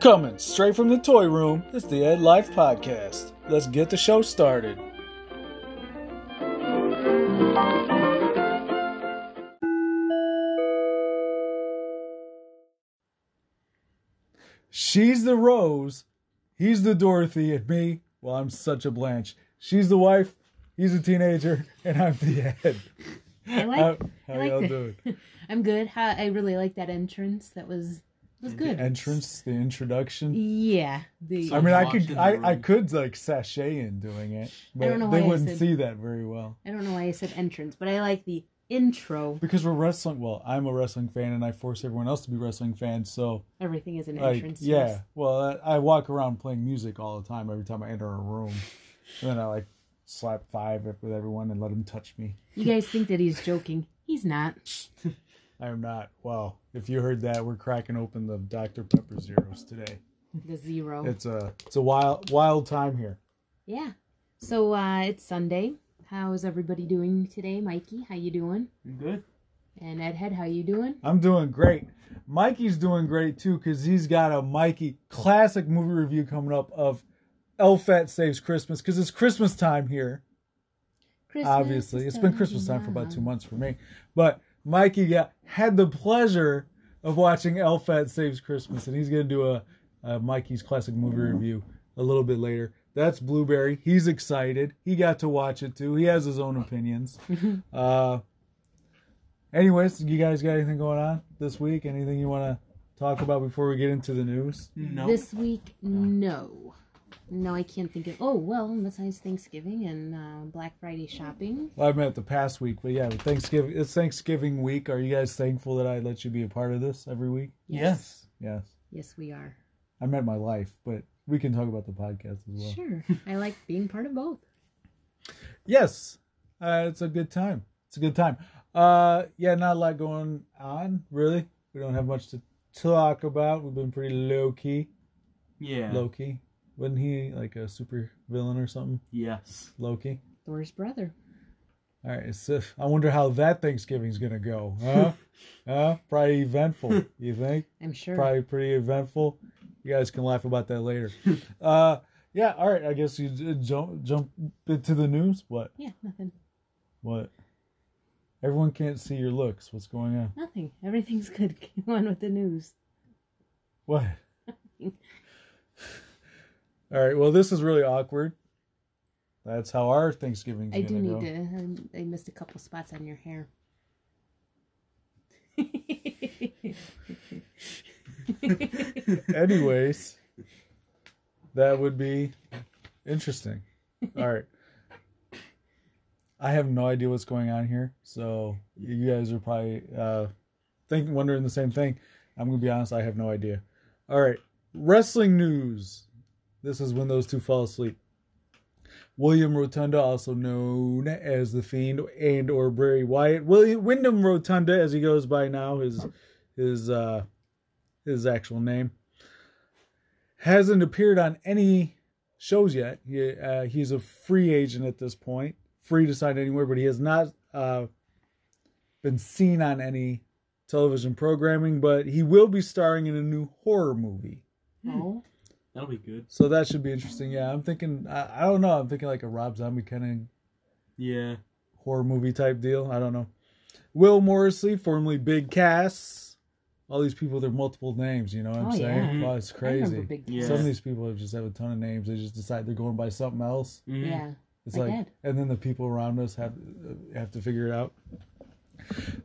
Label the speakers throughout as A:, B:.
A: Coming straight from the toy room, it's the Ed Life Podcast. Let's get the show started. She's the Rose, he's the Dorothy, and me, well, I'm such a Blanche. She's the wife, he's a teenager, and I'm the Ed.
B: I like.
A: How, how
B: I like
A: y'all
B: the-
A: doing?
B: I'm good. How, I really like that entrance. That was was good.
A: The entrance, the introduction.
B: Yeah. The
A: I
B: I,
A: mean, I
C: Walked in
A: could,
C: the
A: I,
C: room.
A: I could like sachet in doing it, but
B: don't know
A: they
B: why I
A: wouldn't
B: said-
A: see that very well
B: don't know why I said entrance, but I like the intro.
A: because we're wrestling. Well, I'm a wrestling fan, and I force everyone else to be wrestling fans. So,
B: Everything is an
A: like,
B: entrance.
A: yeah.
B: yes.
A: Well, I, I walk around playing music all the time. Every time I enter a room, and then I like slap five with everyone and let them touch me.
B: You guys think that he's joking? He's not.
A: I am not. Wow. If you heard that, we're cracking open the Dr Pepper Zeros today.
B: The zero.
A: It's a it's a wild wild time here.
B: yeah. So uh, it's Sunday. How is everybody doing today, Mikey? How you doing?
C: Good.
B: And Ed Head, how you doing?
A: I'm doing great. Mikey's doing great too because he's got a Mikey classic movie review coming up of Elfat Saves Christmas because it's Christmas time here.
B: Christmas
A: Obviously,
B: is
A: it's been Christmas time for about two months for me, but Mikey got had the pleasure of watching Elfat Saves Christmas, and he's gonna do a, a Mikey's classic movie review a little bit later. That's Blueberry. He's excited. He got to watch it too. He has his own opinions. uh, anyways, you guys got anything going on this week? Anything you want to talk about before we get into the news?
C: No.
B: This week, no. No, I can't think of. Oh, well, besides Thanksgiving and uh, Black Friday shopping.
A: Well, I meant the past week, but yeah, Thanksgiving. It's Thanksgiving week. Are you guys thankful that I let you be a part of this every week?
C: yes.
A: Yes.
B: Yes, we are.
A: I meant my life, but we can talk about the podcast as well.
B: Sure. I like being part of both.
A: Yes, uh, it's a good time. It's a good time. Uh, yeah, not a lot going on, really. We don't have much to talk about. We've been pretty low key.
C: Yeah.
A: Low key. Wasn't he like a super villain or something?
C: Yes.
A: Loki.
B: Thor's brother.
A: All right, so I wonder how that Thanksgiving's gonna go, huh? huh? Probably eventful. You think?
B: I'm sure.
A: Probably pretty eventful. You guys can laugh about that later. uh, yeah. All right. I guess you j- jump jump into the news. What?
B: Yeah, nothing.
A: What? Everyone can't see your looks. What's going on?
B: Nothing. Everything's good. Go on with the news.
A: What? All right. Well, this is really awkward. That's how our Thanksgiving's
B: I
A: gonna
B: do need
A: go.
B: to. um, I missed a couple spots on your hair.
A: Anyways, that would be interesting. All right. I have no idea what's going on here, so you guys are probably uh, thinking, wondering the same thing. I'm gonna be honest; I have no idea. All right, wrestling news. This is when those two fall asleep. William Rotunda, also known as the Fiend and or Bray Wyatt, William Wyndham Rotunda, as he goes by now, his his uh, his actual name, hasn't appeared on any shows yet. He, uh, he's a free agent at this point, free to sign anywhere, but he has not uh, been seen on any television programming. But he will be starring in a new horror movie,
B: oh,
C: That'll be good.
A: so that should be interesting. Yeah, I'm thinking. I, I don't know. I'm thinking like a Rob Zombie kind
C: Yeah.
A: of horror movie type deal. I don't know. Will Morrissey, formerly Big Cass. All these people, they're multiple names. You know what I'm
B: Oh,
A: saying?
C: yeah.
A: Wow, it's
B: I
A: crazy.
B: remember Big
C: Yeah.
A: Some of
B: Cat.
A: these people have just have a ton of names. They just decide they're going by something else.
C: Mm.
B: Yeah.
A: It's
B: Like
A: like,
B: Ed.
A: and then the people around us have uh, have to figure it out.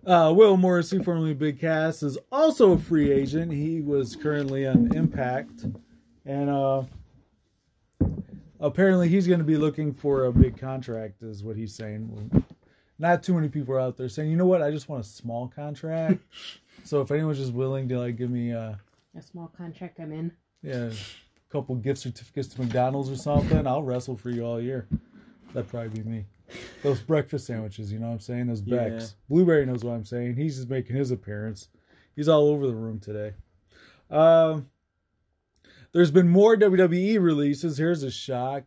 A: Uh, Will Morrissey, formerly Big Cass, is also a free agent. He was currently on Impact, and uh, apparently he's going to be looking for a big contract, is what he's saying. Not too many people are out there saying, you know what, I just want a small contract. so if anyone's just willing to like give me uh,
B: A small contract I'm in.
A: yeah, a couple gift certificates to McDonald's or something. I'll wrestle for you all year. That'd probably be me. Those breakfast sandwiches, you know what I'm saying? Those
C: Yeah.
A: Becks. Blueberry knows what I'm saying. He's just making his appearance. He's all over the room today. Um, there's been more WWE releases. Here's a shock.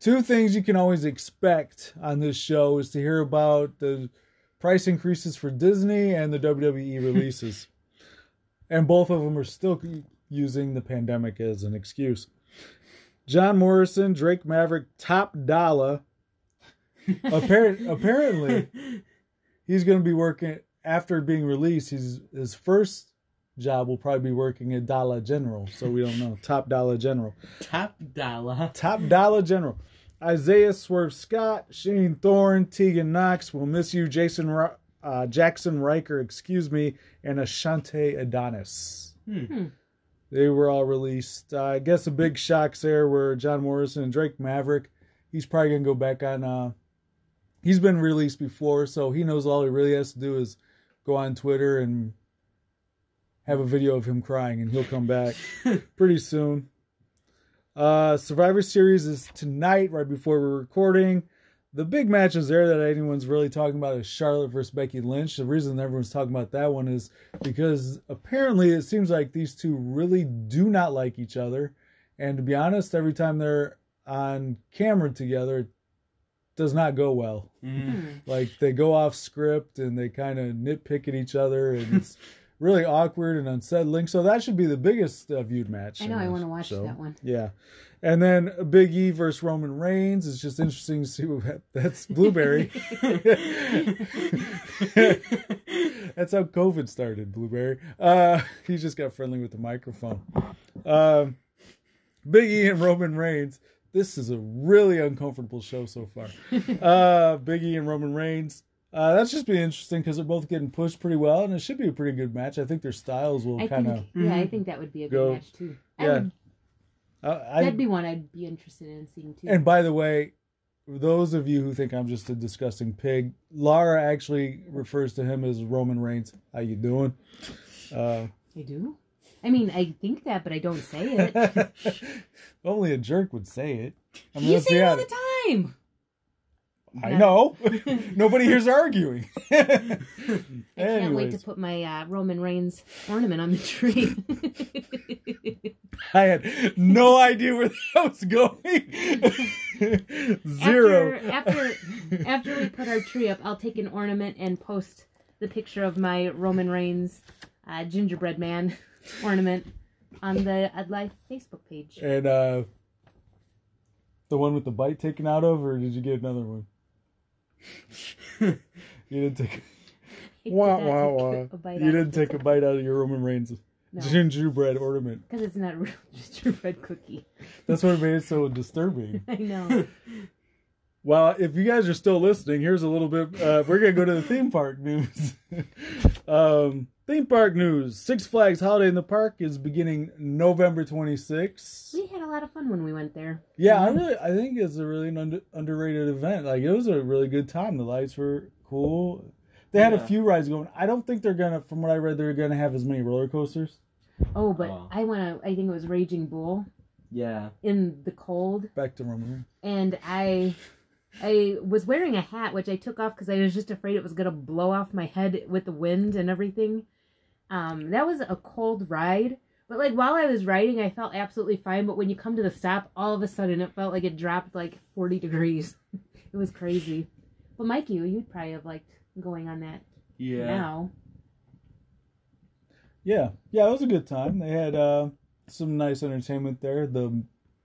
A: Two things you can always expect on this show is to hear about the price E increases for Disney and the WWE releases. and both of them are still using the pandemic as an excuse. John Morrison, Drake Maverick, Top Dollar. Apparent, apparently, he's going to be working after being released. He's his first job will probably be working at Dollar General, so we don't know. Top Dollar General,
C: Top dollar.
A: Top Dollar General. Isaiah Swerve Scott, Shane Thorne, Tegan Knox, will miss you, Jason Ri- uh, Jackson Riker, excuse me, and Ashante Adonis.
C: Hmm.
A: They were all released. Uh, I guess the big shocks there were John Morrison and Drake Maverick. He's probably gonna go back on. Uh, he's been released before, so he knows all he really has to do is go on Twitter and have a video of him crying, and he'll come back pretty soon. Uh, Survivor Series is tonight, right before we're recording. The big matches there that anyone's really talking about is Charlotte versus Becky Lynch. The reason everyone's talking about that one is because apparently it seems like these two really do not like each other. And to be honest, every time they're on camera together, it does not go well.
C: Mm.
B: Hmm.
A: Like they go off script and they kind of nitpick at each other, and it's really awkward and unsettling. So that should be the biggest uh, viewed match.
B: I know,
A: in
B: I
A: this
B: want to watch
A: show.
B: that one.
A: Yeah. And then Big E versus Roman Reigns. It's just interesting to see what that's Blueberry. that's how COVID started, Blueberry. Uh, he just got friendly with the microphone. Um, Big E and Roman Reigns. This is a really uncomfortable show so far. Uh, Big E and Roman Reigns. Uh, that's just be interesting because they're both getting pushed pretty well, and it should be a pretty good match. I think their styles will
B: I
A: kind of.
B: think, yeah, I think that would be a good
A: Go.
B: match too. I
A: Yeah,
B: would,
A: I, I,
B: that'd be one I'd be interested in seeing too.
A: And by the way, those of you who think I'm just a disgusting pig, Lara actually refers to him as Roman Reigns. How you doing? Uh,
B: I do. I mean, I think that, but I don't say it.
A: only a jerk would say it. I mean,
B: you
A: let's
B: say
A: be
B: it all the
A: honest.
B: time.
A: I know. Nobody here's arguing.
B: I can't wait to
A: Anyways,
B: put my uh, Roman Reigns ornament on the tree.
A: I had no idea where that was going. Zero.
B: After, after after we put our tree up, I'll take an ornament and post the picture of my Roman Reigns uh, gingerbread man ornament on the Ed Life Facebook page.
A: And uh, the one with the bite taken out of, or did you get another one? you didn't take.
B: I
A: Wah,
B: did not
A: wah,
B: take
A: wah.
B: a bite
A: You
B: out
A: didn't
B: of it.
A: take a bite out of your Roman Reigns
B: No,
A: gingerbread ornament.
B: because it's not a real gingerbread cookie.
A: That's what made it so disturbing.
B: I know.
A: Well, if you guys are still listening, here's a little bit. Uh, we're gonna go to the theme park news. um, theme park news: Six Flags Holiday in the Park is beginning November 26th.
B: We had a lot of fun when we went there.
A: Yeah, I really, I think it's a really an under, underrated event. Like it was a really good time. The lights were cool. They had
C: Yeah.
A: a few rides going. I don't think they're gonna, from what I read, they're gonna have as many roller coasters
B: Oh, but
C: Oh.
B: I went. to I think it was Raging Bull
C: Yeah.
B: in the cold,
A: back to Roman.
B: and I. I was wearing a hat, which I took off because I was just afraid it was gonna blow off my head with the wind and everything. Um, that was a cold ride, but like while I was riding, I felt absolutely fine. But when you come to the stop, all of a sudden it felt like it dropped like forty degrees. it was crazy. Well, Mikey, you'd probably have liked going on that
C: Yeah.
B: now.
A: Yeah, yeah, it was a good time. They had uh, some nice entertainment there. The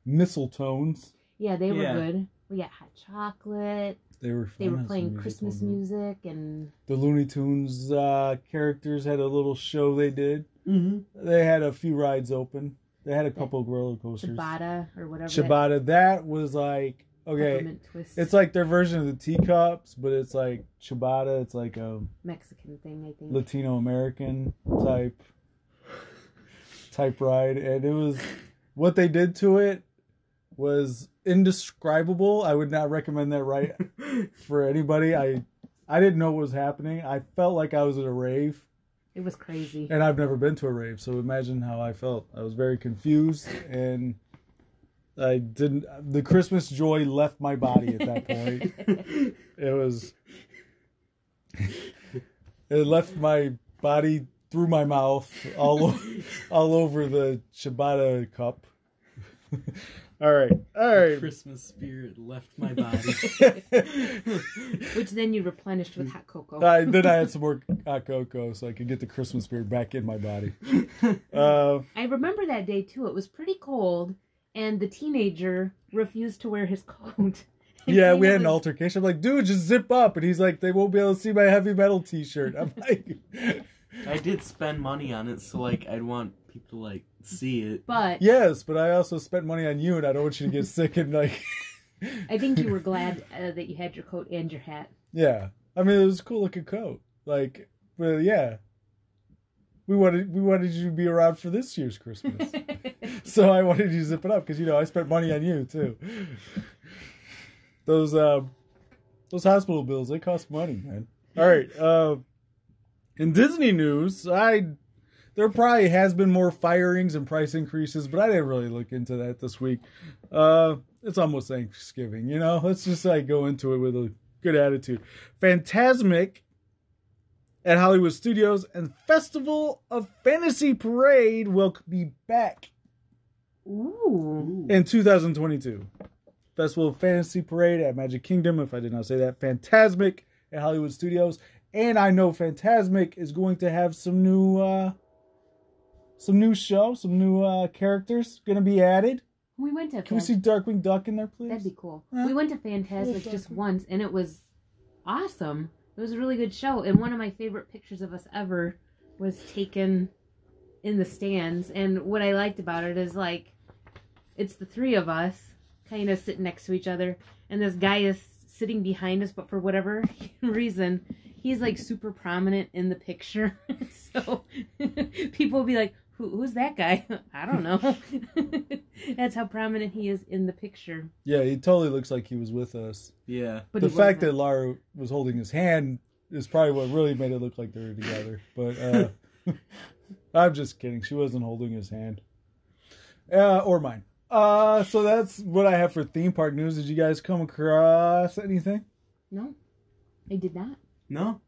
A: mistletones,
B: Yeah, they
C: Yeah.
B: were good. We got hot chocolate.
A: they were.
B: They
A: fun.
B: were
A: Had some
B: playing
A: music
B: Christmas
A: going on.
B: music and
A: The Looney Tunes uh, characters had a little show they did.
C: Mm-hmm.
A: They had a few rides open. They had a couple of roller coasters.
B: ciabatta or whatever. that
A: Ciabatta. That was like okay.
B: peppermint twist.
A: It's like their version of the teacups, but it's like ciabatta. It's like um, a
B: Mexican thing, I think.
A: Latino American type type ride, and it was what they did to it was indescribable. I would not recommend that ride for anybody. I I didn't know what was happening. I felt like I was at a rave,
B: It was crazy.
A: and I've never been to a rave, so imagine how I felt. I was very confused, and I didn't. The Christmas joy left my body at that point it was it left my body through my mouth all o- all over the ciabatta cup All right. All
C: The
A: right.
C: Christmas spirit left my body.
B: Which then you replenished with hot cocoa.
A: I, then I had some more hot cocoa so I could get the Christmas spirit back in my body. Uh,
B: I remember that day too. It was pretty cold, and the teenager refused to wear his coat. And
A: yeah, we
B: Dana
A: had an
B: was-
A: altercation. I'm like, dude, just zip up. And he's like, they won't be able to see my heavy metal t shirt. I'm like,
C: I did spend money on it, so like I'd want people to like see it.
B: But
A: yes, but I also spent money on you and I don't want you to get sick. And like,
B: I think you were glad uh, that you had your coat and your hat.
A: yeah. I mean, it was a cool looking coat. Like, but yeah. We wanted, we wanted you to be around for this year's Christmas. so I wanted you to zip it up because, you know, I spent money on you too. Those, um, those hospital bills, they cost money, man. All right. Uh, in Disney news, I there probably has been more firings and price increases, but I didn't really look into that this week. Uh, it's almost Thanksgiving, you know. Let's just like go into it with a good attitude. Fantasmic at Hollywood Studios and Festival of Fantasy Parade will be back
B: Ooh.
A: in 2022. Festival of Fantasy Parade at Magic Kingdom, if I did not say that. Fantasmic at Hollywood Studios. And I know Fantasmic is going to have some new uh some new show, some new uh characters gonna be added.
B: We went to
A: Can we
B: Fan-
A: see Darkwing Duck in there, please?
B: that'd be cool.
A: Huh?
B: We went to Fantasmic
A: Cool.
B: just once, and it was awesome. It was a really good show, and one of my favorite pictures of us ever was taken in the stands. And what I liked about it is like it's the three of us kind of sitting next to each other, and this guy is sitting behind us, but for whatever reason. He's like super prominent in the picture, so people will be like, Who, "Who's that guy?" I don't know. That's how prominent he is in the picture.
A: yeah, he totally looks like he was with us.
C: Yeah.
B: But
A: the
B: he
A: fact that
B: wasn't.
A: Lara was holding his hand is probably what really made it look like they were together. But uh, I'm just kidding. She wasn't holding his hand, uh, or mine. Uh, so that's what I have for theme park news. Did you guys come across anything?
B: no, I did not.
C: No,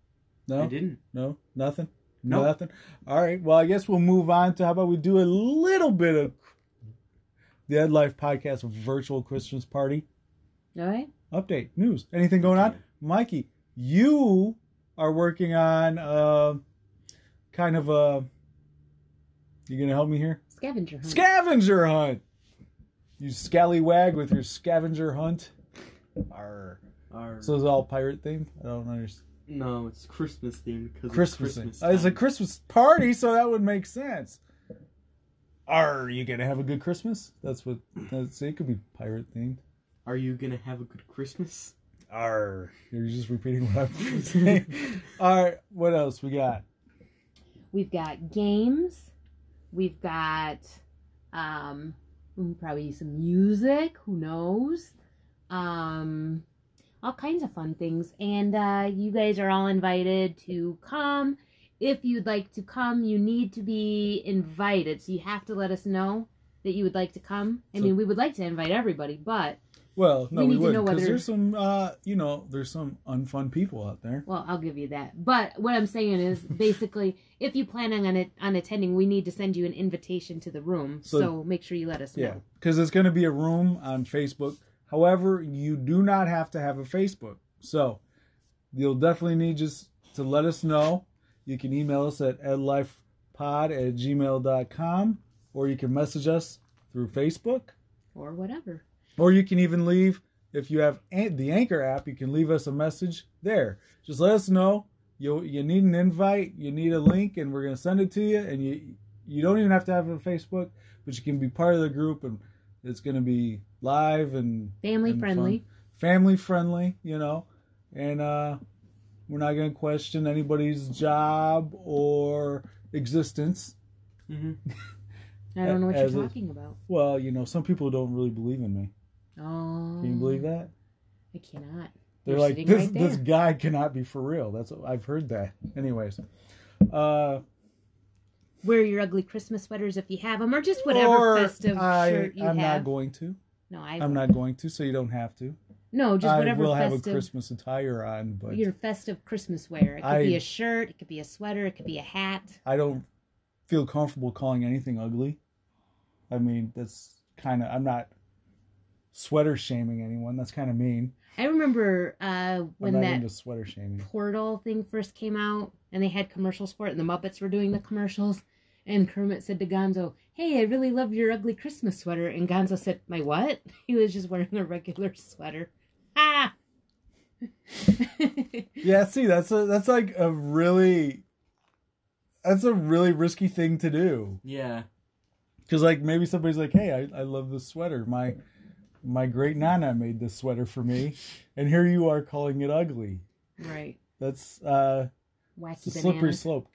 C: I
A: No,
C: didn't.
A: no, nothing,
C: Nope.
A: nothing. All right. Well, I guess we'll move on to how about we do a little bit of the Ed Life Podcast virtual Christmas party.
B: All right.
A: update news anything going on
C: Okay.
A: mikey you are working on uh, kind of a you gonna help me here
B: Scavenger
C: Mm-hmm.
B: hunt.
A: scavenger hunt you scallywag with your scavenger hunt Arr.
C: Our,
A: so it's all pirate themed i don't understand
C: no, it's Christmas themed because
A: christmas,
C: it's Christmas.
A: thing. Uh, it's a
C: time.
A: christmas party so that would make sense are you gonna have a good christmas that's what that's it could be pirate themed
C: Are you gonna have a good Christmas?
A: Arr. You're just repeating what I'm saying. All right, what else we got?
B: We've got games. We've got um mm, probably some music. Who knows? Um, all kinds of fun things. And uh, you guys are all invited to come. If you'd like to come, you need to be invited. So you have to let us know that you would like to come. I
A: So-
B: mean, we would like to invite everybody, but
A: Well, no,
B: We
A: we,
B: need to know
A: wouldn't because
B: whether-
A: there's some, uh, you know, there's some unfun people out there.
B: Well, I'll give you that. But what I'm saying is basically if you plan on it, on attending, we need to send you an invitation to the room.
A: So-
B: So, make sure you let us
A: Yeah,
B: know.
A: because it's going to be a room on Facebook. However, you do not have to have a Facebook, so you'll definitely need just to let us know. You can email us at edlifepod at gmail.com, or you can message us through Facebook.
B: Or whatever.
A: Or you can even leave, if you have an- the Anchor app, you can leave us a message there. Just let us know. You, you need an invite, you need a link, and we're going to send it to you. And you, you don't even have to have a Facebook, but you can be part of the group, and it's going to be live and
B: Family
A: and
B: friendly.
A: fun. Family friendly, you know. And uh, we're not going to question anybody's job or existence.
C: hmm
B: I don't know what you're
A: As is.
B: talking about.
A: Well, you know, some people don't really believe in me.
B: Oh.
A: Can you believe that?
B: I cannot.
A: They're
B: You're
A: like
B: sitting
A: this
B: right there.
A: this guy cannot be for real. That's what I've heard that. Anyways. Uh
B: Wear your ugly Christmas sweaters if you have them, or just whatever
A: or
B: festive
A: I,
B: shirt you
A: I'm
B: have.
A: not going to.
B: no, I
A: I'm not going to, so you don't have to.
B: No, just
A: I
B: whatever
A: will have a
B: festive
A: Christmas attire on, but
B: your festive Christmas wear. It could
A: I-
B: be a shirt, it could be a sweater, it could be a hat.
A: I don't feel comfortable calling anything ugly. I mean, that's kind of I'm not sweater shaming anyone. That's kind of mean.
B: I remember uh, when
A: I'm not
B: that
A: into sweater shaming.
B: Portal thing first came out and they had commercials for it and the Muppets were doing the commercials and Kermit said to Gonzo, Hey, I really love your ugly Christmas sweater and Gonzo said, My what? He was just wearing a regular sweater. Ah
A: Yeah, see, that's a that's like a really that's a really risky thing to do.
C: Yeah.
A: Because like maybe somebody's like, "Hey, I, I love this sweater. My my great nana made this sweater for me, and here you are calling it ugly.
B: Right.
A: That's uh,
B: Wacky
A: it's a slippery
B: bananas.
A: slope.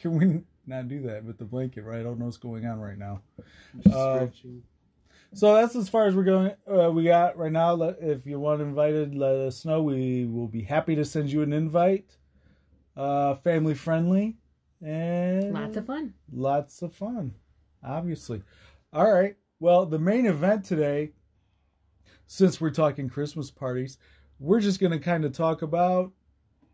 A: Can we not do that with the blanket? Right? I don't know what's going on right now.
C: Just
A: Uh,
C: stretching.
A: So that's as far as we're going. Uh, we got right now. Let, if you want invited, let us know. We will be happy to send you an invite. Uh, family friendly and
B: Lots of fun.
A: lots of fun, obviously. All right. Well, the main event today, since we're talking Christmas parties, we're just going to kind of talk about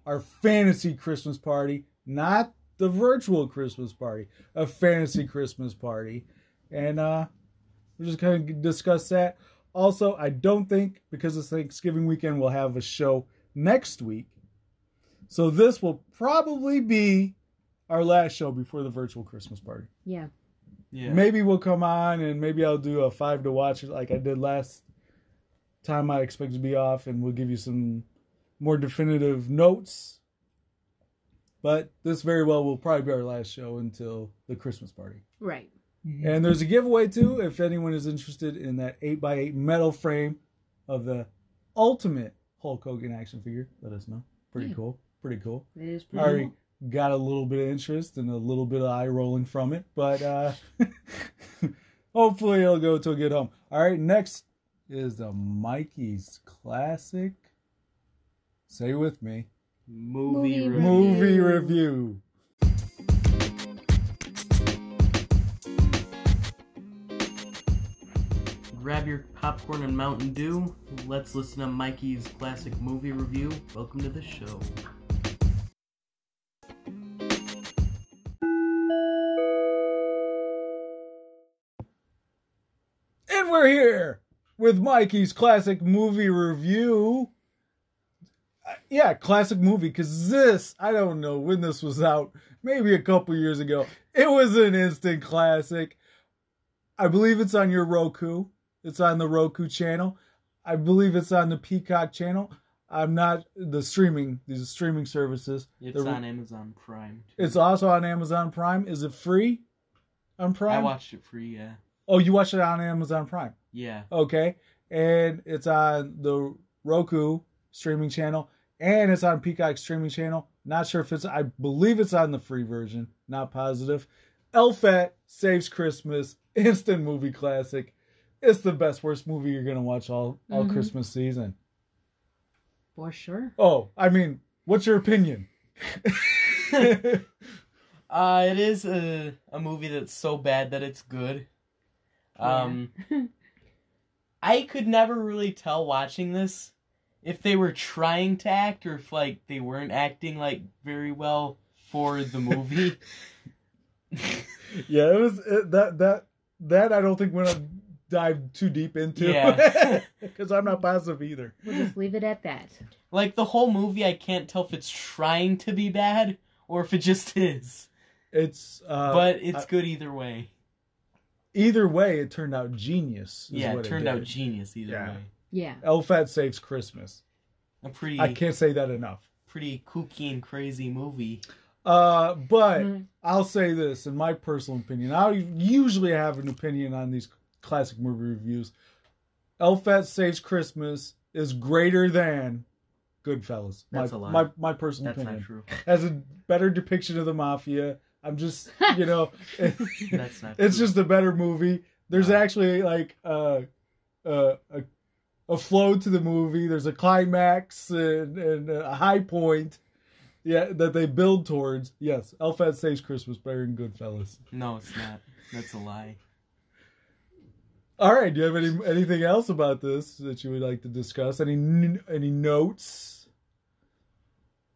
A: our fantasy Christmas party, not the virtual Christmas party, a fantasy Christmas party. And uh, we're just going to discuss that. Also, I don't think because it's Thanksgiving weekend, we'll have a show next week. So this will probably be our last show before the virtual Christmas party.
B: Yeah.
C: Yeah.
A: Maybe we'll come on and maybe I'll do a five to watch like I did last time I expect to be off and we'll give you some more definitive notes. But this very well will probably be our last show until the Christmas party.
B: Right.
A: And there's a giveaway too if anyone is interested in that 8x8 metal frame of the ultimate Hulk Hogan action figure. Let us know. Pretty
B: Yeah.
A: cool. Pretty cool.
B: It is
A: I
B: pretty
A: already
B: cool.
A: got a little bit of interest and a little bit of eye rolling from it, but uh, hopefully it'll go to a good home. All right, next is the Mikey's classic. Say with me,
B: Movie
C: Movie review.
B: review.
A: movie review.
C: Grab your popcorn and Mountain Dew. Let's listen to Mikey's classic movie review. Welcome to the show.
A: And we're here with Mikey's classic movie review. Uh, Yeah, classic movie, because this, I don't know when this was out, maybe a couple years ago. It was an instant classic. I believe it's on your Roku. It's on the Roku channel. I believe it's on the Peacock channel. I'm not the streaming, these streaming services.
C: It's
A: The-
C: on Amazon Prime. too.
A: It's also on Amazon Prime. Is it free on
C: I
A: Prime?
C: watched it free. Yeah.
A: oh, you watch it on Amazon Prime.
C: Yeah.
A: Okay. And it's on the Roku streaming channel and it's on Peacock streaming channel. Not sure if it's I believe it's on the free version, not positive. Elfat saves Christmas, instant movie classic. It's the best worst movie you're gonna watch all, all
B: Mhm.
A: Christmas season.
B: For sure.
A: Oh, I mean, what's your opinion?
C: Uh, it is a, a movie that's so bad that it's good. Um, I could never really tell watching this if they were trying to act or if like they weren't acting like very well for the movie.
A: yeah, it was it, that that that I don't think we're gonna dive too deep into
C: Yeah.
A: because I'm not positive either.
B: We'll just leave it at that.
C: like the whole movie, I can't tell if it's trying to be bad or if it just is.
A: It's uh,
C: but it's
A: I-
C: good either way.
A: either way, it turned out genius. Is
C: Yeah,
A: what
C: it turned out
A: did.
C: genius either
A: Yeah.
C: way.
B: Yeah.
A: Elfat saves Christmas.
C: A pretty
A: I can't say that enough.
C: pretty kooky and crazy movie.
A: Uh, but
B: Mhm.
A: I'll say this in my personal opinion. I usually have an opinion on these classic movie reviews. Elfat saves Christmas is greater than Goodfellas.
C: That's
A: my,
C: a lie.
A: My my personal
C: That's not
A: opinion
C: true.
A: has a better depiction of the mafia. I'm just you know.
C: That's not.
A: it's
C: true.
A: just a better movie. There's
C: Yeah.
A: actually like a a, a a flow to the movie. There's a climax and, and a high point. Yeah, that they build towards. Yes, Elfad saves Christmas better than Goodfellas.
C: No, it's not. That's a lie.
A: All right, do you have any anything else about this that you would like to discuss? Any n- any notes?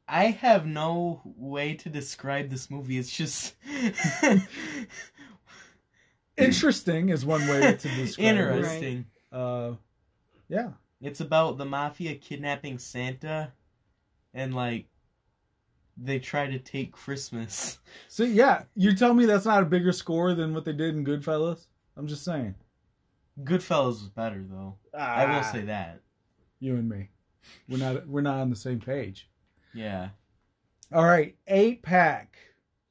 C: I have no way to describe this movie. It's just
A: Interesting is one way to describe it.
C: interesting.
A: Uh, yeah,
C: It's about the mafia kidnapping Santa, and like they try to take Christmas.
A: So yeah, you tell me that's not a bigger score than what they did in Goodfellas. I'm just saying.
C: Goodfellas was better though. I
A: Ah.
C: will say that.
A: you and me, we're not we're not on the same page.
C: Yeah.
A: All right, eight pack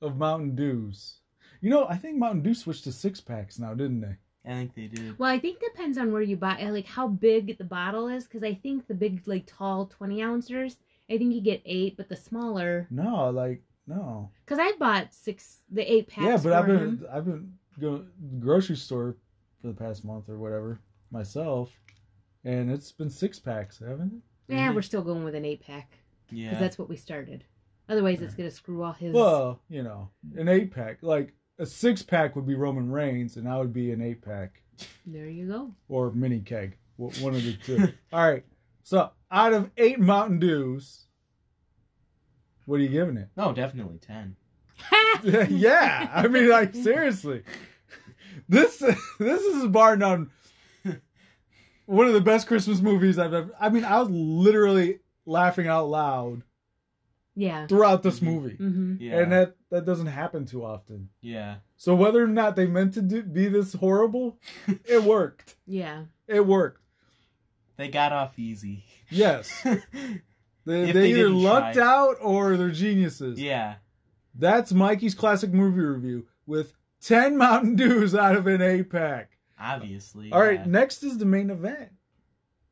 A: of Mountain Dews. You know, I think Mountain Dew switched to six packs now, didn't they?
C: I think they did.
B: Well, I think depends on where you buy, uh, like how big the bottle is, because I think the big, like tall twenty ouncers, I think you get eight, but the smaller,
A: No, like no.
B: because I bought six, the eight packs.
A: yeah, but
B: for
A: I've been
B: him.
A: I've been going to the grocery store for the past month or whatever myself, and it's been six packs, haven't it?
B: Yeah,
C: Mhm.
B: we're still going with an eight pack
C: Yeah.
B: because that's what we started. Otherwise, it's gonna screw all his.
A: Well, you know, an eight pack. Like a six pack would be Roman Reigns, and I would be an eight pack
B: There you go.
A: or mini keg, w- one of the two. All right. So out of eight Mountain Dews, what are you giving it?
C: no, definitely ten.
A: yeah, I mean, like seriously, this this is bar none one of the best Christmas movies I've ever. I mean, I was literally laughing out loud
B: yeah.
A: throughout this
C: Mhm.
A: movie,
B: Mm-hmm.
C: Yeah.
A: and that that doesn't happen too often.
C: yeah.
A: So whether or not they meant to do, be this horrible, it worked.
B: Yeah.
A: It worked.
C: They got off easy.
A: Yes, they,
C: If
A: they
C: they
A: either
C: didn't
A: lucked
C: try.
A: out or they're geniuses.
C: yeah.
A: That's Mikey's classic movie review with ten Mountain Dews out of an eight pack.
C: Obviously.
A: All right,
C: yeah.
A: next is the main event.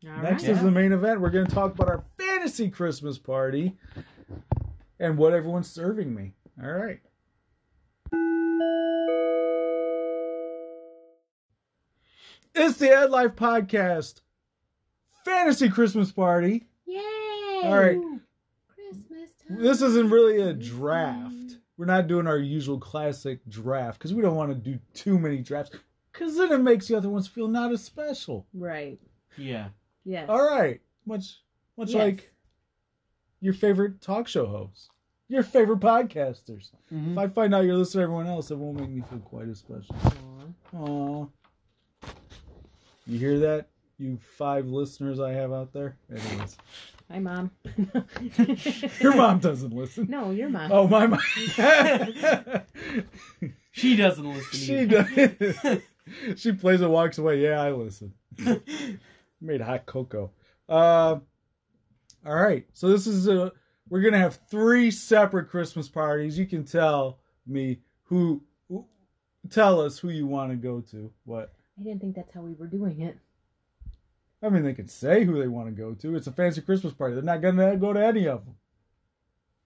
B: All
A: next
B: right.
A: is the main event. We're going to talk about our fantasy Christmas party and what everyone's serving me. All right. It's the Ed Life Podcast Fantasy Christmas Party.
B: Yay!
A: All right.
B: Christmas time.
A: This isn't really a draft. We're not doing our usual classic draft because we don't want to do too many drafts because then it makes the other ones feel not as special.
B: Right.
C: Yeah.
B: Yeah.
A: All right. Much, much
B: Yes.
A: like your favorite talk show hosts, your favorite podcasters.
C: Mm-hmm.
A: If I find out you're listening to everyone else, it won't make me feel quite as special.
B: Aw.
A: Aw. You hear that? You five listeners I have out there? Anyways,
B: Hi, mom.
A: your mom doesn't listen.
B: No, your mom.
A: Oh, my mom.
C: She doesn't listen.
A: she
C: either.
A: does. she plays and walks away. Yeah, I listen. made hot cocoa. Uh, all right. So this is a we're gonna have three separate Christmas parties. You can tell me who, who tell us who you want to go to. What
B: I didn't think that's how we were doing it.
A: I mean, they can say who they want to go to. It's a fancy Christmas party. They're not gonna go to any of them.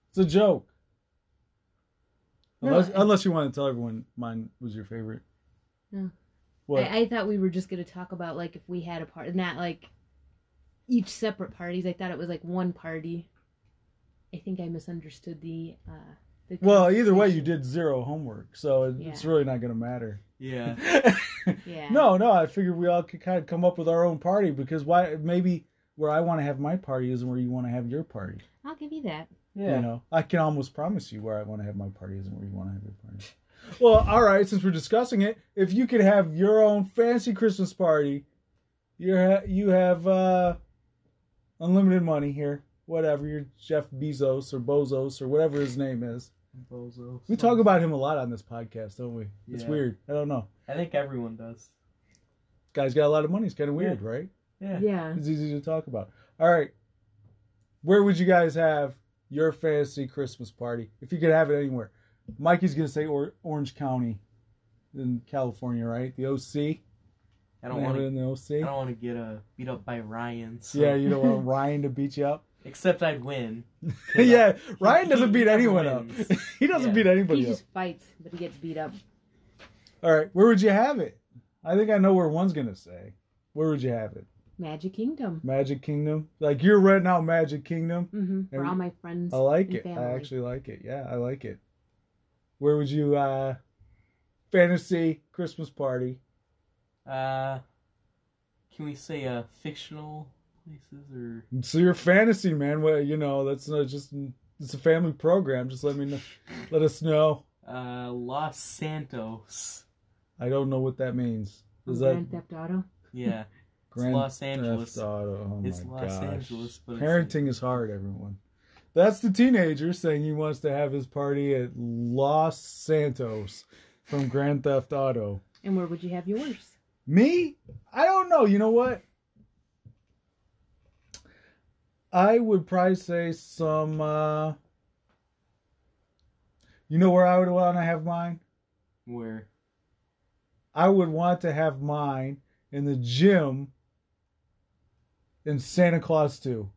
A: It's a joke.
B: No,
A: Unless,
B: I-
A: unless you want to tell everyone mine was your favorite.
B: No.
A: What?
B: I, I thought we were just gonna talk about like if we had a party, not like each separate parties. I thought it was like one party. I think I misunderstood the. uh the
A: well, either way, you
B: conversation.
A: did zero homework, so it- it's really not gonna matter.
C: yeah.
B: Yeah.
A: No, no, I figured we all could kind of come up with our own party because why maybe where I want to have my party isn't where you want to have your party.
B: I'll give you that.
A: You
C: Yeah.
A: know, I can almost promise you where I want to have my party isn't where you want to have your party. Well, all right, since we're discussing it, if you could have your own fancy Christmas party, you ha- you have uh unlimited money here. Whatever, you're Jeff Bezos or Bozos or whatever his name is.
C: Bozo.
A: We talk about him a lot on this podcast, don't we? It's
C: Yeah.
A: weird. I don't know.
C: I think everyone does.
A: Guy's got a lot of money. It's kind of weird, right?
C: Yeah.
B: Yeah.
A: It's easy to talk about. All right. Where would you guys have your fantasy Christmas party if you could have it anywhere? Mikey's going to say or- Orange County in California, right? The OC.
C: I don't
A: Wanna have
C: want
A: it
C: to.
A: in the
C: I
A: OC.
C: don't want to get uh, beat up by Ryan. So.
A: Yeah, you don't want Ryan to beat you up.
C: Except I'd win.
A: yeah, Ryan doesn't
C: he
A: beat
C: never
A: anyone up.
C: wins.
A: he doesn't
C: Yeah.
A: beat
B: He
A: anybody up.
B: just fights, but he gets beat up.
A: All right, where would you have it? I think I know where one's going to say. Where would you have it?
B: Magic Kingdom.
A: Magic Kingdom? Like you're renting out Magic Kingdom?
B: Mm-hmm. For
A: And-
B: all my friends.
A: I like
B: and
A: it. I
B: family.
A: actually like it. Yeah, I like it. Where would you uh fantasy Christmas party?
C: Uh, can we say uh fictional places or?
A: So your fantasy man, well, you know, that's not just it's a family program. Just let me know, let us know.
C: Uh, Los Santos.
A: I don't know what that means.
B: On
A: Is that
B: Grand Theft Auto.
C: Yeah.
A: Grand
C: Los Angeles.
A: Theft Auto. Oh
C: It's
A: my
C: Los
A: gosh.
C: Angeles, but it's-
A: Parenting is hard, everyone. That's the teenager saying he wants to have his party at Los Santos from Grand Theft Auto.
B: And where would you have yours?
A: Me? I don't know. You know what? I would probably say some. uh You know where I would want to have mine?
C: Where?
A: I would want to have mine in the gym in Santa Claus too.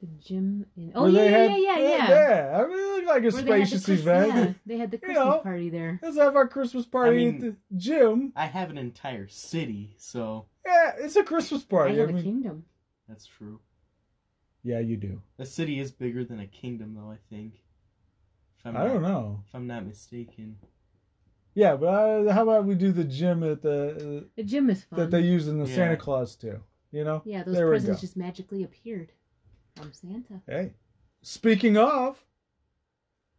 B: The gym in Oh
A: Where
B: yeah
A: they
B: yeah,
A: had-
B: yeah yeah yeah.
A: yeah. I mean, it looked like a
B: Where they had the
A: spacious
B: Christ-
A: event.
B: yeah, they had the Christmas
A: know.
B: party there.
A: Let's have our Christmas party
C: I mean-
A: at the gym.
C: I have an entire city, so
A: Yeah, it's a Christmas
B: I
A: party.
B: have
A: I
B: a
A: mean-
B: kingdom.
C: that's true.
A: yeah, you do.
C: A city is bigger than a kingdom, though. I think. If I'm
A: I don't
C: not-
A: know.
C: If I'm not mistaken.
A: Yeah, but uh, how about we do the gym at the
B: The gym is
A: uh,
B: fun.
A: that they use in the
C: Yeah.
A: Santa Claus too? You know.
B: yeah, those
A: There we go.
B: presents just magically appeared from Santa.
A: Hey, speaking of,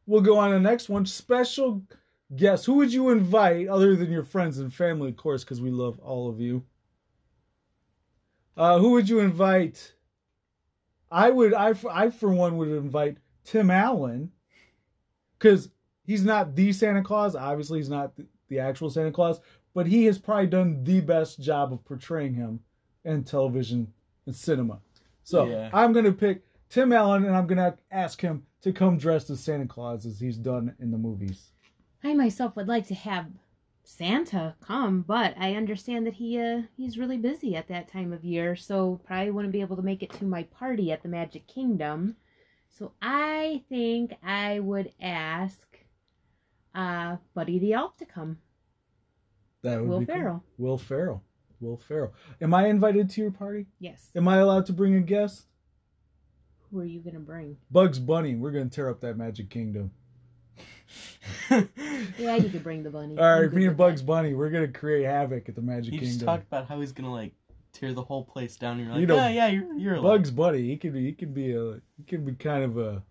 A: we'll go on to the next one. Special guest. Who would you invite other than your friends and family, of course, because we love all of you? Uh, who would you invite? I would. I, f- I, for one would invite Tim Allen because he's not the Santa Claus. Obviously, he's not the, the actual Santa Claus, but he has probably done the best job of portraying him in television and cinema. So
C: Yeah.
A: I'm going to pick Tim Allen and I'm going to ask him to come dressed as Santa Claus as he's done in the movies.
B: I myself would like to have Santa come, but I understand that he uh he's really busy at that time of year, so probably wouldn't be able to make it to my party at the Magic Kingdom. So I think I would ask uh Buddy the Elf to come.
A: That would
B: Will
A: be cool.
B: Ferrell.
A: Will Ferrell. Will Ferrell. Am I invited to your party?
B: Yes.
A: Am I allowed to bring a guest?
B: Who are you gonna bring?
A: Bugs Bunny. We're going to tear up that Magic Kingdom.
B: Yeah, you could bring the bunny.
A: All
B: I'm
A: right,
B: good
A: me
B: with
A: and
B: that.
A: Bugs Bunny, we're going to create havoc at the Magic
C: he
A: Kingdom.
C: just talked about how he's gonna like tear the whole place down. And you're like,
A: You know,
C: yeah, yeah, you're, you're allowed."
A: Bugs Bunny, he could be, he could be a, he could be kind of a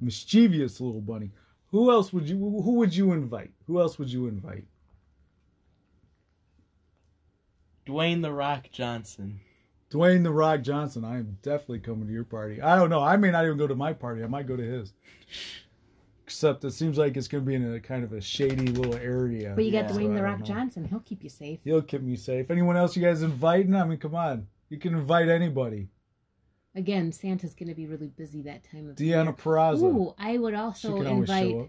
A: mischievous little bunny. Who else would you, who would you invite? Who else would you invite?
C: Dwayne the Rock Johnson.
A: Dwayne the Rock Johnson, I am definitely coming to your party. I don't know. I may not even go to my party. I might go to his. Except it seems like it's going to be in a kind of a shady little area.
B: But you got
C: Yeah.
B: Dwayne
A: So
B: the
A: I
B: Rock
A: don't know.
B: Johnson, he'll keep you safe.
A: He'll keep me safe. Anyone else you guys inviting? I mean, come on. You can invite anybody.
B: Again, Santa's gonna be really busy that time of year.
A: Deanna Peraza.
B: Ooh, I would
A: she
B: also
A: can always
B: invite
A: show up.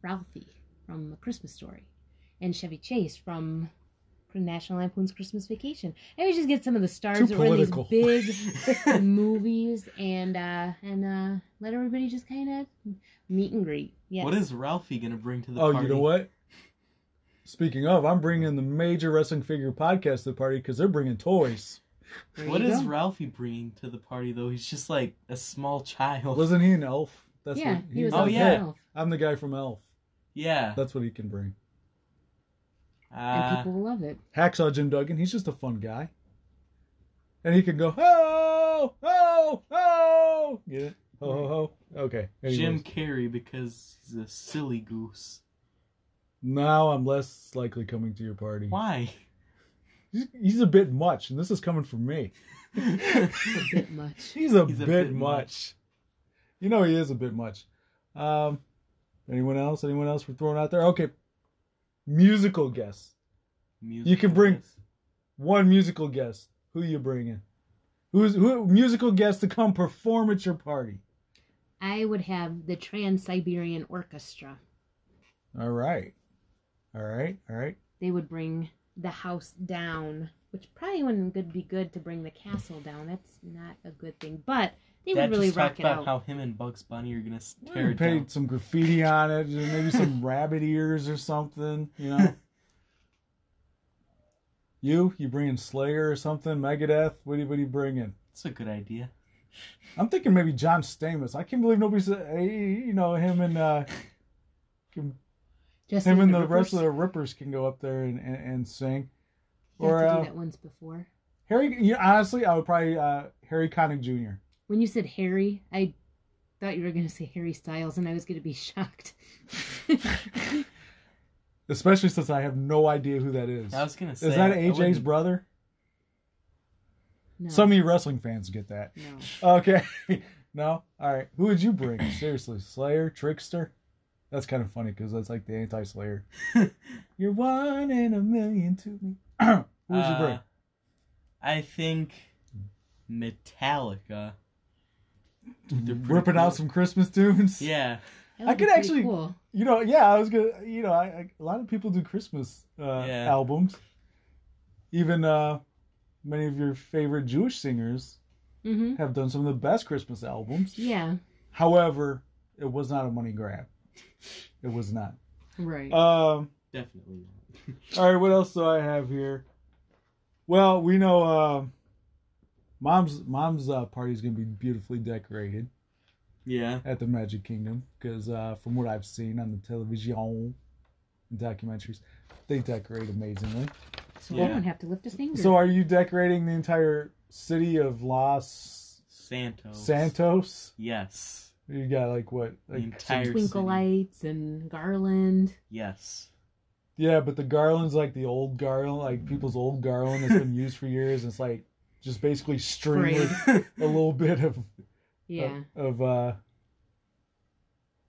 B: Ralphie from The Christmas Story and Chevy Chase from National Lampoon's Christmas Vacation. I always just get some of the stars
A: Too
B: that were in these
A: political.
B: big movies and uh, and uh, let everybody just kind of meet and greet. Yes.
C: What is Ralphie gonna bring to the
A: Oh,
C: party?
A: you know what? Speaking of, I'm bringing the major wrestling figure podcast to the party because they're bringing toys.
B: There
C: What
B: you
C: is
B: go.
C: Ralphie bringing to the party though? He's just like a small child.
A: Wasn't he an elf? That's
B: yeah,
A: what
B: he was.
C: Oh,
B: also
C: yeah.
B: an elf.
A: I'm the guy from Elf.
C: yeah.
A: That's what he can bring.
B: and
C: Uh,
B: people will love it.
A: Hacksaw Jim Duggan, he's just a fun guy. And he can go, oh, oh, oh. Get it? Ho, ho, ho. Okay.
C: Jim
A: anyways.
C: Carrey because he's a silly goose.
A: Now I'm less likely coming to your party.
C: Why?
A: He's, he's a bit much, and this is coming from me.
B: A bit much.
A: He's a,
C: He's
A: bit, much. You know he is a bit much. Um, anyone else? Anyone else we're throwing out there? Okay. Musical guest.
C: Musical
A: You can bring-
C: guest.
A: One musical guest. Who you bringing? Who's who? Musical guest to come perform at your party.
B: I would have the Trans Siberian Orchestra.
A: All right. All right. All right.
B: They would bring the house down, which probably wouldn't good be good to bring the castle down. That's not a good thing. But they
C: Dad
B: would really
C: just
B: rock
C: talked
B: it
C: about
B: out.
C: how him and Bugs Bunny are gonna s- tear
A: We
C: it down.
A: paint some graffiti on it, and maybe some rabbit ears or something, you know. you, you bringing Slayer or something, Megadeth? What are you, what are you bringing?
C: That's a good idea.
A: I'm thinking maybe John Stamos. I can't believe nobody's, uh, eh, you know, him and uh, him
B: Just
A: him
B: in
A: and the
B: Rippers.
A: rest of the Rippers can go up there and, and, and sing.
B: You have
A: Or
B: to do
A: uh,
B: that once before.
A: Harry, you know, honestly, I would probably uh, Harry Connick Jr.
B: When you said Harry, I thought you were going to say Harry Styles, and I was going to be shocked.
A: Especially since I have no idea who that is.
C: I was gonna say
A: is that
C: I
A: AJ's
C: wouldn't-
A: brother?
B: No.
A: Some of you wrestling fans get that.
B: no.
A: Okay. no? All right. Who would you bring? Seriously. Slayer? Trickster? That's kind of funny because that's like the anti Slayer. You're one in a million to me. Who would you bring?
C: Uh, I think Metallica. they're pretty
A: Ripping out
C: cool.
A: some Christmas tunes?
C: Yeah.
B: That would
A: I
B: be
A: could
B: pretty
A: actually-
B: Cool.
A: You know, yeah, I was gonna. You know, I, I, a lot of people do Christmas uh,
C: Yeah.
A: albums. Even uh, many of your favorite Jewish singers
B: Mm-hmm.
A: have done some of the best Christmas albums.
B: Yeah.
A: However, it was not a money grab. It was not.
B: Right.
A: Um.
C: Definitely not.
A: All right. What else do I have here? Well, we know uh, mom's mom's uh, party is gonna be beautifully decorated
C: Yeah.
A: at the Magic Kingdom because uh, from what I've seen on the television and documentaries, they decorate amazingly.
B: so
C: yeah.
B: I don't have to lift a finger.
A: So, are you decorating the entire city of Los
C: Santos.
A: Santos?
C: Yes.
A: You got like what?
C: The
A: Like
C: entire
A: some-
B: Twinkle
C: city.
B: lights and
A: Oh.
B: garland.
C: Yes.
A: yeah, but the garland's like the old garland, like people's old garland that's been used for years. It's like just basically string with a little bit of
B: Yeah.
A: of, uh,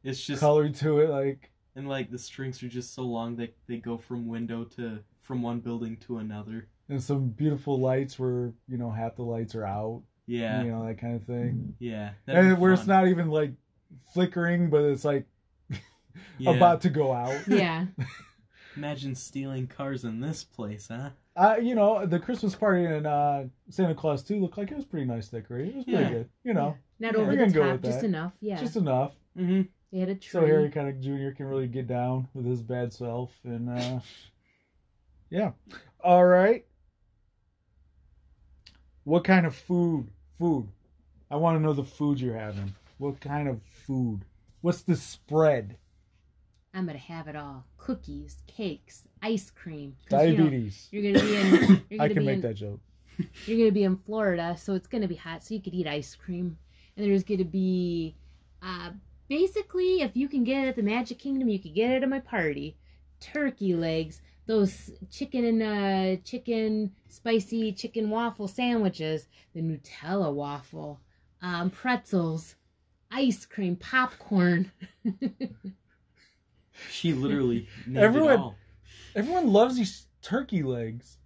C: it's just
A: color to it, like.
C: and like the strings are just so long that they go from window to from one building to another.
A: And some beautiful lights where you know half the lights are out,
C: Yeah.
A: you know that kind of thing.
C: Yeah. that'd
A: and
C: be
A: where it's
C: fun.
A: not even like flickering, but it's like
C: Yeah.
A: about to go out.
B: Yeah.
C: Imagine stealing cars in this place, huh?
A: Uh, you know, the Christmas party in uh, Santa Claus too looked like it was pretty nice decorated. It was pretty
C: Yeah.
A: good, you know,
B: Yeah. Not
A: Yeah.
B: over
A: We
B: the
A: can go
B: top,
A: with
B: just
A: that.
B: enough. Yeah.
A: just enough.
C: Mm-hmm.
B: they had a tree.
A: So Harry kind of Junior can really get down with his bad self, and uh, yeah, all right. What kind of food? Food. I want to know the food you're having. What kind of food? What's the spread?
B: I'm gonna have it all: cookies, cakes, ice cream. 'Cause, you know,
A: Diabetes.
B: You're gonna be in. You're gonna
A: I can
B: be
A: make
B: in,
A: that joke.
B: You're gonna be in Florida, so it's gonna be hot, so you could eat ice cream. And there's gonna be, uh, basically, if you can get it at the Magic Kingdom, you could get it at my party. Turkey legs, those chicken and uh, chicken spicy chicken waffle sandwiches, the Nutella waffle, um, pretzels, ice cream, popcorn.
C: She literally named
A: Everyone-
C: it all.
A: Everyone loves these turkey legs.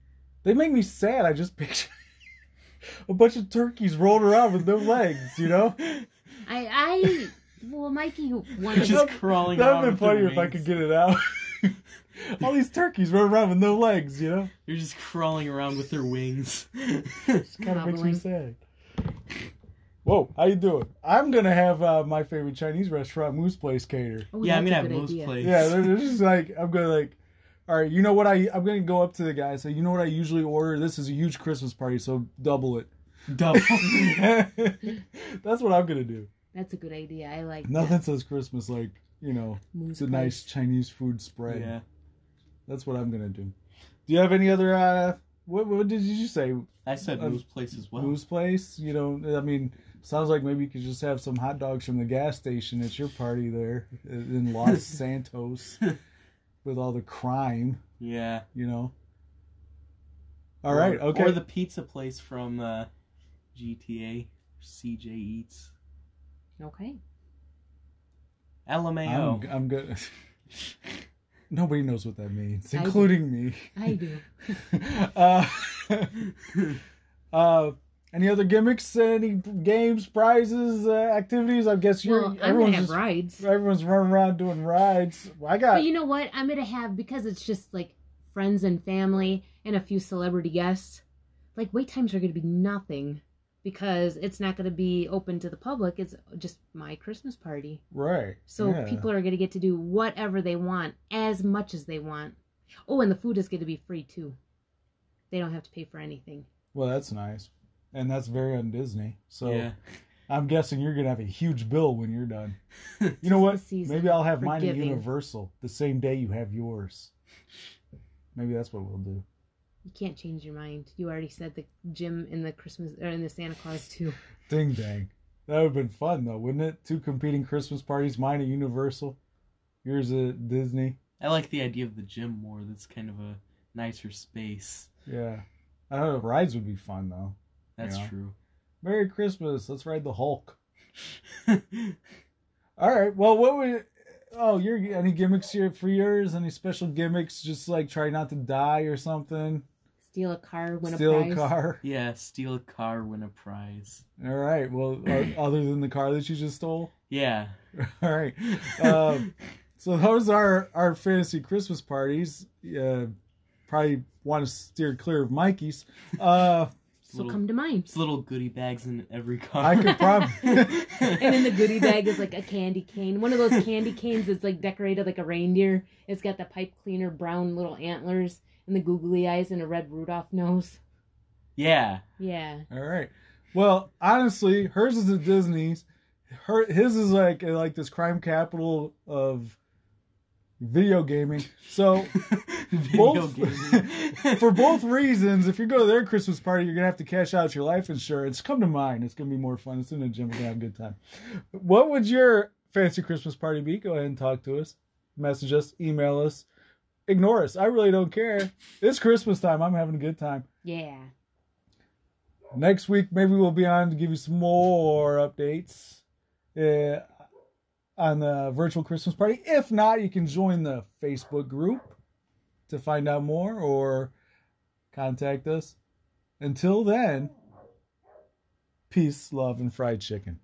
A: They make me sad. I just picture a bunch of turkeys rolled around with no legs, you know?
B: I I well, Mikey wanted
C: Just crawling
A: That
C: around
A: would have been
C: with
A: funnier
C: their
A: if I
C: wings.
A: could get it out. All these turkeys roll around with no legs, you know?
C: They're just crawling around with their wings.
A: Kind of makes me
B: Hobbling.
A: sad. Whoa, how you doing? I'm gonna have uh, my favorite Chinese restaurant, Moose Place, cater.
B: Oh,
C: yeah, I
B: that's
C: mean,
B: a
C: I have
B: good
C: most
B: idea.
C: plays.
A: Yeah, they're, they're just like I'm gonna like, all right, you know what I I'm gonna go up to the guy and say, you know what I usually order? This is a huge Christmas party, so double it.
C: Double.
A: That's what I'm gonna do.
B: That's a good idea. I like
A: Nothing says Christmas like you know
B: Moose
A: it's a nice Chinese food spread.
C: yeah.
A: That's what I'm gonna do. Do you have any other? uh What what did you say?
C: I said
A: Uh,
C: Moose Place as well.
A: Moose place? You know, I mean, sounds like maybe you could just have some hot dogs from the gas station at your party there in Los Santos with all the crime.
C: Yeah.
A: You know. All right.
C: Or-
A: Okay.
C: Or the pizza place from uh, GTA, CJ Eats.
B: Okay.
C: LMAO.
A: I'm, I'm good. Nobody knows what that means,
B: I do.
A: including me.
B: I do.
A: uh, uh, any other gimmicks? Any games, prizes, uh, activities? I guess you're
B: Well, I'm gonna
A: everyone's
B: have
A: just,
B: rides.
A: everyone's running around doing rides. Well, I got
B: But you know what? I'm gonna have because it's just like friends and family and a few celebrity guests. Like wait times are gonna be nothing because it's not gonna be open to the public. It's just my Christmas party,
A: right.
B: so
A: yeah.
B: people are gonna get to do whatever they want as much as they want. Oh, and the food is gonna be free too. They don't have to pay for anything.
A: Well, that's nice, and that's very on Disney. So
C: yeah.
A: I'm guessing you're gonna have a huge bill when you're done. You know
B: Just
A: what?
B: the season
A: Maybe I'll have
B: for
A: mine at
B: giving.
A: Universal the same day you have yours. Maybe that's what we'll do.
B: You can't change your mind. You already said the gym in the Christmas or in the Santa Claus too.
A: Ding dang. That would have been fun though, wouldn't it? Two competing Christmas parties, mine at Universal, yours at Disney.
C: I like the idea of the gym more. That's kind of a nicer space.
A: Yeah. I don't know, rides would be fun though.
C: That's
A: Yeah.
C: true.
A: Merry Christmas. Let's ride the Hulk. All right. Well, what would? Oh, your any gimmicks here for yours? Any special gimmicks? Just like try not to die or something.
B: Steal a car, win
A: Steal
B: a
A: a
B: prize.
A: car.
C: yeah, steal a car, win a prize.
A: All right. Well, uh, other than the car that you just stole.
C: Yeah.
A: All right. Um, so those are our fantasy Christmas parties. Uh, probably want to steer clear of Mikey's. Uh,
B: So
C: little,
B: come to mine.
C: it's little goodie bags in every car.
A: I could probably.
B: And in the goodie bag is like a candy cane. One of those candy canes that's like decorated like a reindeer. It's got the pipe cleaner, brown little antlers, and the googly eyes, and a red Rudolph nose.
C: Yeah.
B: Yeah.
A: All right. Well, honestly, hers is a Disney's. Her his is like like this crime capital of video gaming. So
C: Video
A: Both-
C: gaming.
A: for both reasons, if you go to their Christmas party, you're gonna have to cash out your life insurance. Come to mine; it's gonna be more fun. It's in the gym. We're gonna have a good time. What would your fancy Christmas party be? Go ahead and talk to us, message us, email us, ignore us. I really don't care. It's Christmas time. I'm having a good time.
B: Yeah.
A: Next week, maybe we'll be on to give you some more updates uh, on the virtual Christmas party. If not, you can join the Facebook group to find out more or contact us. Until then, peace, love, and fried chicken.